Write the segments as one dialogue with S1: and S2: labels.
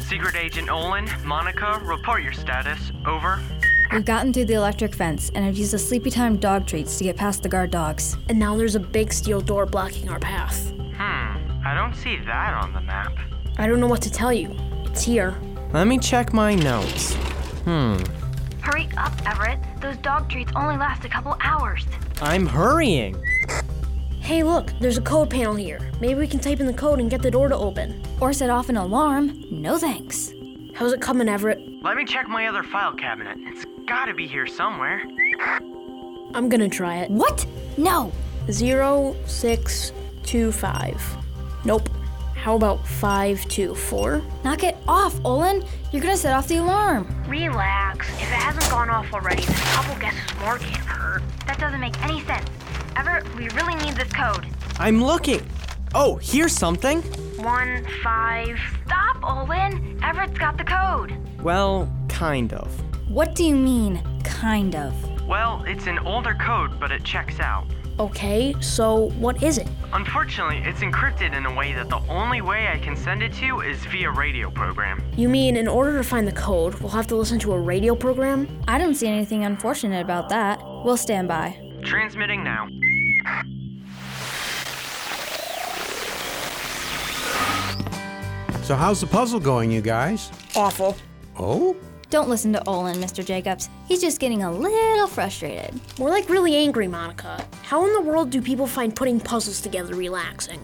S1: Secret Agent Olin, Monica, report your status. Over.
S2: We've gotten through the electric fence and have used the sleepy time dog treats to get past the guard dogs.
S3: And now there's a big steel door blocking our path.
S1: Hmm, I don't see that on the map.
S3: I don't know what to tell you. It's here.
S4: Let me check my notes. Hmm.
S5: Hurry up, Everett. Those dog treats only last a couple hours.
S4: I'm hurrying.
S3: Hey, look, there's a code panel here. Maybe we can type in the code and get the door to open.
S2: Or set off an alarm. No thanks.
S3: How's it coming, Everett?
S1: Let me check my other file cabinet. It's gotta be here somewhere.
S3: I'm gonna try it.
S2: What? No!
S3: Zero, six, two, five. Nope. How about five, two, four?
S2: Knock it off, Olin. You're gonna set off the alarm.
S5: Relax. If it hasn't gone off already, then a couple guesses more can't hurt. That doesn't make any sense. Everett, we really need this code.
S4: I'm looking. Oh, here's something.
S5: One, five. Stop, Olin. Everett's got the code.
S4: Well, kind of.
S2: What do you mean, kind of?
S1: Well, it's an older code, but it checks out.
S3: Okay, so what is it?
S1: Unfortunately, it's encrypted in a way that the only way I can send it to you is via radio program.
S3: You mean in order to find the code, we'll have to listen to a radio program?
S2: I don't see anything unfortunate about that. We'll stand by.
S1: Transmitting now.
S6: So, how's the puzzle going, you guys?
S7: Awful.
S6: Oh?
S2: Don't listen to Olin, Mr. Jacobs. He's just getting a little frustrated.
S3: More like really angry, Monica. How in the world do people find putting puzzles together relaxing?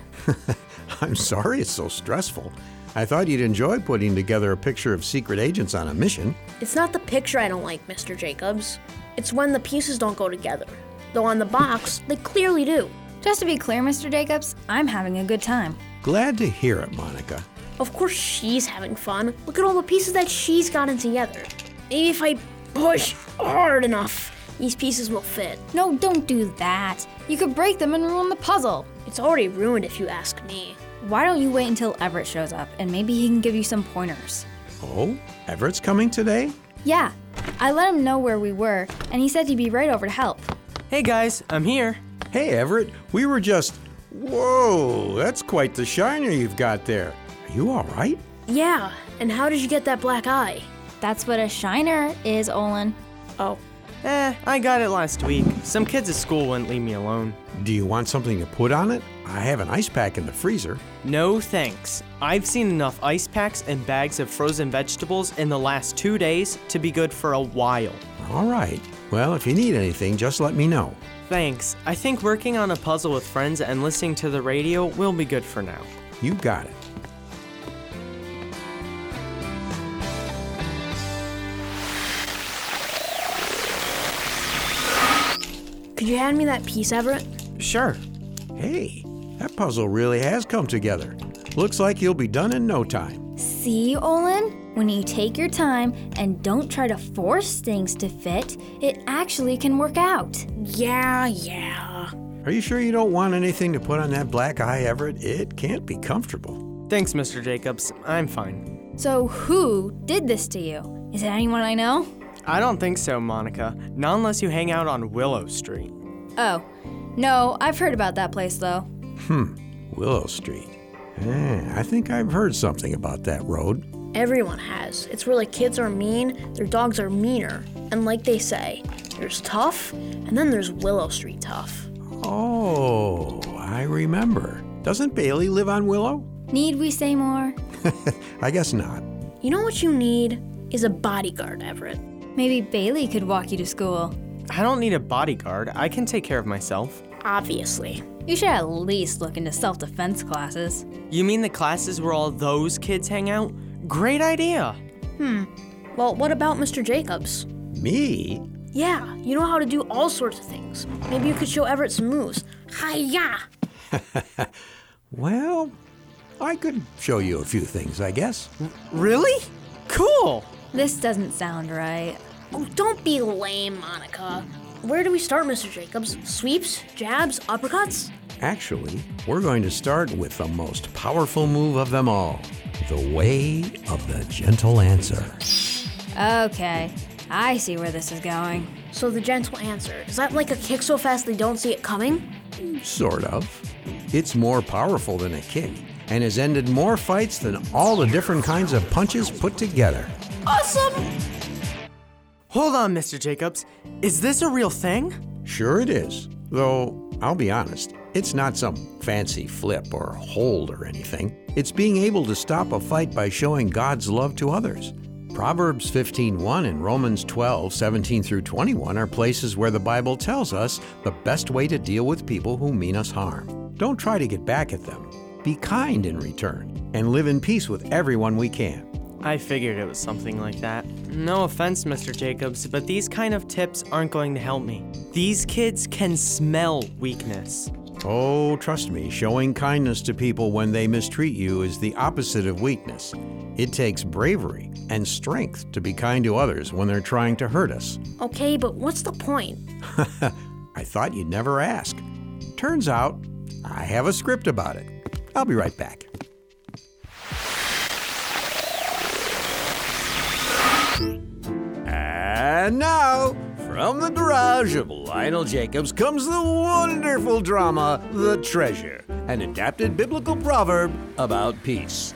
S6: I'm sorry it's so stressful. I thought you'd enjoy putting together a picture of secret agents on a mission.
S3: It's not the picture I don't like, Mr. Jacobs. It's when the pieces don't go together. Though on the box, they clearly do.
S2: Just to be clear, Mr. Jacobs, I'm having a good time.
S6: Glad to hear it, Monica.
S3: Of course she's having fun. Look at all the pieces that she's gotten together. Maybe if I push hard enough, these pieces will fit.
S2: No, don't do that. You could break them and ruin the puzzle.
S3: It's already ruined if you ask me.
S2: Why don't you wait until Everett shows up and maybe he can give you some pointers?
S6: Oh, Everett's coming today?
S2: Yeah. I let him know where we were, and he said he'd be right over to help.
S4: Hey guys, I'm here.
S6: Hey, Everett, we were just. Whoa, that's quite the shiner you've got there. Are you all right?
S3: Yeah, and how did you get that black eye?
S2: That's what a shiner is, Olin.
S3: Oh,
S4: Eh, I got it last week. Some kids at school wouldn't leave me alone.
S6: Do you want something to put on it? I have an ice pack in the freezer.
S4: No thanks. I've seen enough ice packs and bags of frozen vegetables in the last two days to be good for a while.
S6: All right. Well, if you need anything, just let me know.
S4: Thanks. I think working on a puzzle with friends and listening to the radio will be good for now.
S6: You got it.
S3: could you hand me that piece, Everett?
S4: Sure.
S6: Hey, that puzzle really has come together. Looks like you'll be done in no time.
S2: See, Olin? When you take your time and don't try to force things to fit, it actually can work out.
S3: Yeah, yeah.
S6: Are you sure you don't want anything to put on that black eye, Everett? It can't be comfortable.
S4: Thanks, Mr. Jacobs. I'm fine.
S2: So, who did this to you? Is it anyone I know?
S4: I don't think so, Monica. Not unless you hang out on Willow Street.
S2: Oh, no, I've heard about that place though.
S6: Willow Street. Eh, I think I've heard something about that road.
S3: Everyone has. It's where like kids are mean, their dogs are meaner. And like they say, there's tough, and then there's Willow Street tough.
S6: Oh, I remember. Doesn't Bailey live on Willow?
S2: Need we say more?
S6: I guess not.
S3: You know what you need is a bodyguard, Everett.
S2: Maybe Bailey could walk you to school.
S4: I don't need a bodyguard. I can take care of myself.
S3: Obviously.
S2: You should at least look into self defense classes.
S4: You mean the classes where all those kids hang out? Great idea.
S3: Well, what about Mr. Jacobs?
S6: Me?
S3: Yeah, you know how to do all sorts of things. Maybe you could show Everett some moves. Hiya!
S6: Well, I could show you a few things, I guess.
S4: Really? Cool.
S2: This doesn't sound right.
S3: Oh, don't be lame, Monica. Where do we start, Mr. Jacobs? Sweeps, jabs, uppercuts?
S6: Actually, we're going to start with the most powerful move of them all the way of the gentle answer.
S2: Okay, I see where this is going.
S3: So the gentle answer is that like a kick so fast they don't see it coming?
S6: Sort of. It's more powerful than a kick. and has ended more fights than all the different kinds of punches put together.
S4: Hold on, Mr. Jacobs. Is this a real thing?
S6: Sure, it is. Though, I'll be honest, it's not some fancy flip or hold or anything. It's being able to stop a fight by showing God's love to others. Proverbs 15:1 and Romans 12:17 through 21 are places where the Bible tells us the best way to deal with people who mean us harm. Don't try to get back at them. Be kind in return and live in peace with everyone we can.
S4: I figured it was something like that. No offense, Mr. Jacobs, but these kind of tips aren't going to help me. These kids can smell weakness.
S6: Oh, trust me, showing kindness to people when they mistreat you is the opposite of weakness. It takes bravery and strength to be kind to others when they're trying to hurt us.
S3: Okay, but what's the point?
S6: I thought you'd never ask. Turns out, I have a script about it. I'll be right back. And now, from the garage of Lionel Jacobs comes the wonderful drama, The Treasure, an adapted biblical proverb about peace.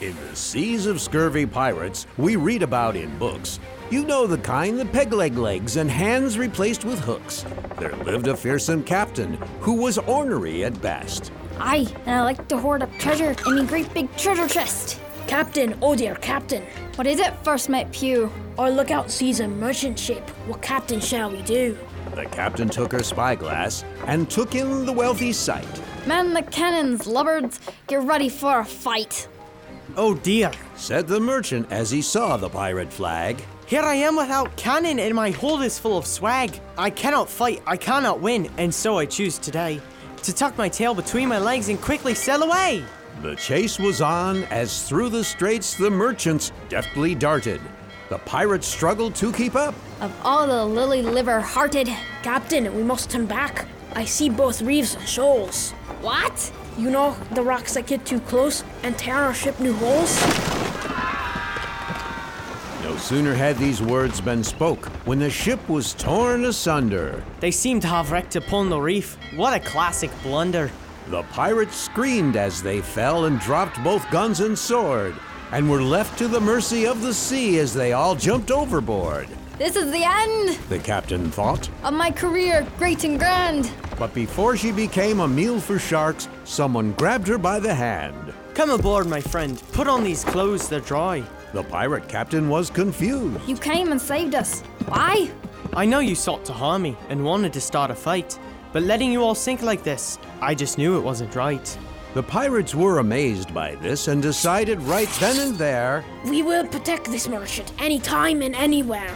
S6: In the seas of scurvy pirates we read about in books, you know the kind that peg leg legs and hands replaced with hooks. There lived a fearsome captain who was ornery at best.
S2: Aye, and I like to hoard up treasure in me great big treasure chest.
S3: Captain, oh dear, Captain.
S2: What is it, first mate Pew?
S3: Our lookout sees a merchant ship. What captain shall we do?
S6: The captain took her spyglass and took in the wealthy sight.
S2: Man the cannons, lubbards, get ready for a fight.
S4: Oh dear.
S6: Said the merchant as he saw the pirate flag.
S4: Here I am without cannon, and my hold is full of swag. I cannot fight, I cannot win, and so I choose today to tuck my tail between my legs and quickly sail away.
S6: The chase was on as through the straits the merchants deftly darted. The pirates struggled to keep up.
S2: Of all the lily liver hearted.
S3: Captain, we must turn back. I see both reefs and shoals.
S2: What?
S3: You know the rocks that get too close and tear our ship new holes?
S6: No sooner had these words been spoke when the ship was torn asunder.
S4: They seem to have wrecked upon the reef. What a classic blunder.
S6: The pirates screamed as they fell and dropped both guns and sword, and were left to the mercy of the sea as they all jumped overboard.
S2: This is the end
S6: The captain thought.
S2: of my career, great and grand.
S6: But before she became a meal for sharks, someone grabbed her by the hand.
S4: Come aboard, my friend. Put on these clothes, they're dry.
S6: The pirate captain was confused.
S2: You came and saved us. Why?
S4: I know you sought to harm me and wanted to start a fight, but letting you all sink like this, I just knew it wasn't right.
S6: The pirates were amazed by this and decided right then and there
S3: We will protect this merchant anytime and anywhere.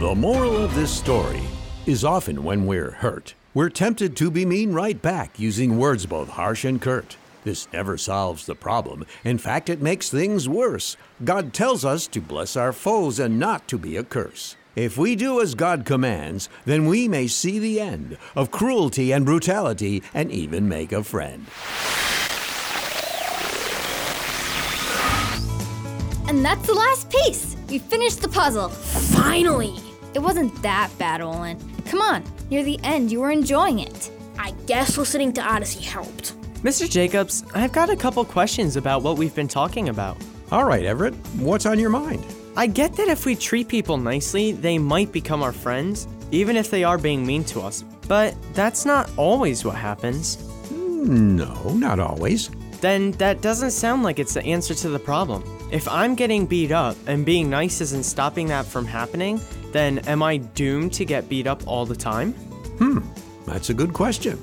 S6: The moral of this story is often when we're hurt, we're tempted to be mean right back using words both harsh and curt. This never solves the problem. In fact, it makes things worse. God tells us to bless our foes and not to be a curse. If we do as God commands, then we may see the end of cruelty and brutality and even make a friend.
S2: And that's the last piece. We finished the puzzle.
S3: Finally!
S2: It wasn't that bad, Olin. Come on, near the end, you were enjoying it.
S3: I guess listening to Odyssey helped.
S4: Mr. Jacobs, I've got a couple questions about what we've been talking about.
S6: All right, Everett, what's on your mind?
S4: I get that if we treat people nicely, they might become our friends, even if they are being mean to us, but that's not always what happens.
S6: No, not always.
S4: Then that doesn't sound like it's the answer to the problem. If I'm getting beat up and being nice isn't stopping that from happening, then am I doomed to get beat up all the time?
S6: That's a good question.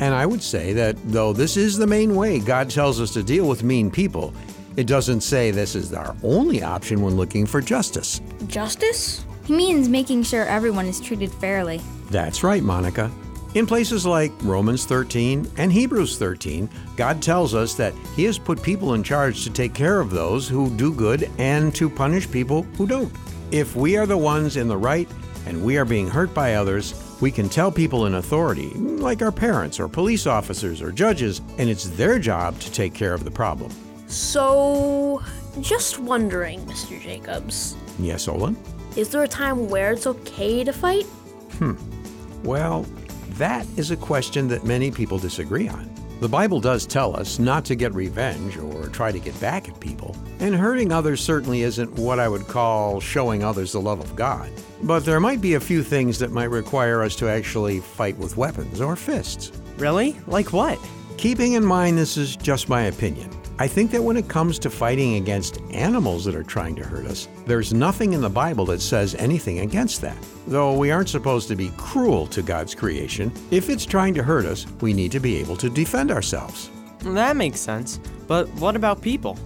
S6: And I would say that though this is the main way God tells us to deal with mean people, it doesn't say this is our only option when looking for justice.
S3: Justice?
S2: He means making sure everyone is treated fairly.
S6: That's right, Monica. In places like Romans 13 and Hebrews 13, God tells us that He has put people in charge to take care of those who do good and to punish people who don't. If we are the ones in the right and we are being hurt by others, we can tell people in authority, like our parents or police officers or judges, and it's their job to take care of the problem.
S3: So, just wondering, Mr. Jacobs,
S6: Yes, Olin?
S3: is there a time where it's okay to fight?
S6: Well, That is a question that many people disagree on. The Bible does tell us not to get revenge or try to get back at people, and hurting others certainly isn't what I would call showing others the love of God. But there might be a few things that might require us to actually fight with weapons or fists.
S4: Really? Like what?
S6: Keeping in mind this is just my opinion, I think that when it comes to fighting against animals that are trying to hurt us, there's nothing in the Bible that says anything against that. Though we aren't supposed to be cruel to God's creation, if it's trying to hurt us, we need to be able to defend ourselves.
S4: That makes sense. But what about people?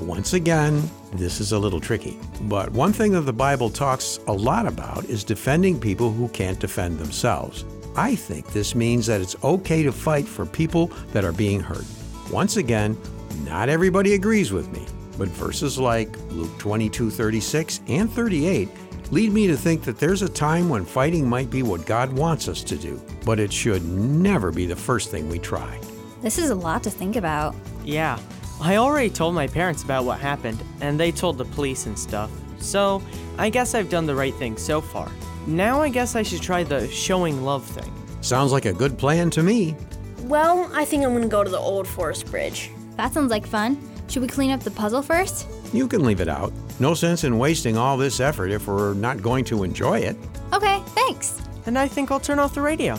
S6: Once again, this is a little tricky, but one thing that the Bible talks a lot about is defending people who can't defend themselves. I think this means that it's okay to fight for people that are being hurt. Once again, not everybody agrees with me, but verses like Luke 22 36 and 38 lead me to think that there's a time when fighting might be what God wants us to do, but it should never be the first thing we try.
S2: This is a lot to think about.
S4: Yeah. I already told my parents about what happened, and they told the police and stuff. So, I guess I've done the right thing so far. Now, I guess I should try the showing love thing.
S6: Sounds like a good plan to me.
S3: Well, I think I'm gonna go to the Old Forest Bridge.
S2: That sounds like fun. Should we clean up the puzzle first?
S6: You can leave it out. No sense in wasting all this effort if we're not going to enjoy it.
S2: Okay, thanks.
S4: And I think I'll turn off the radio.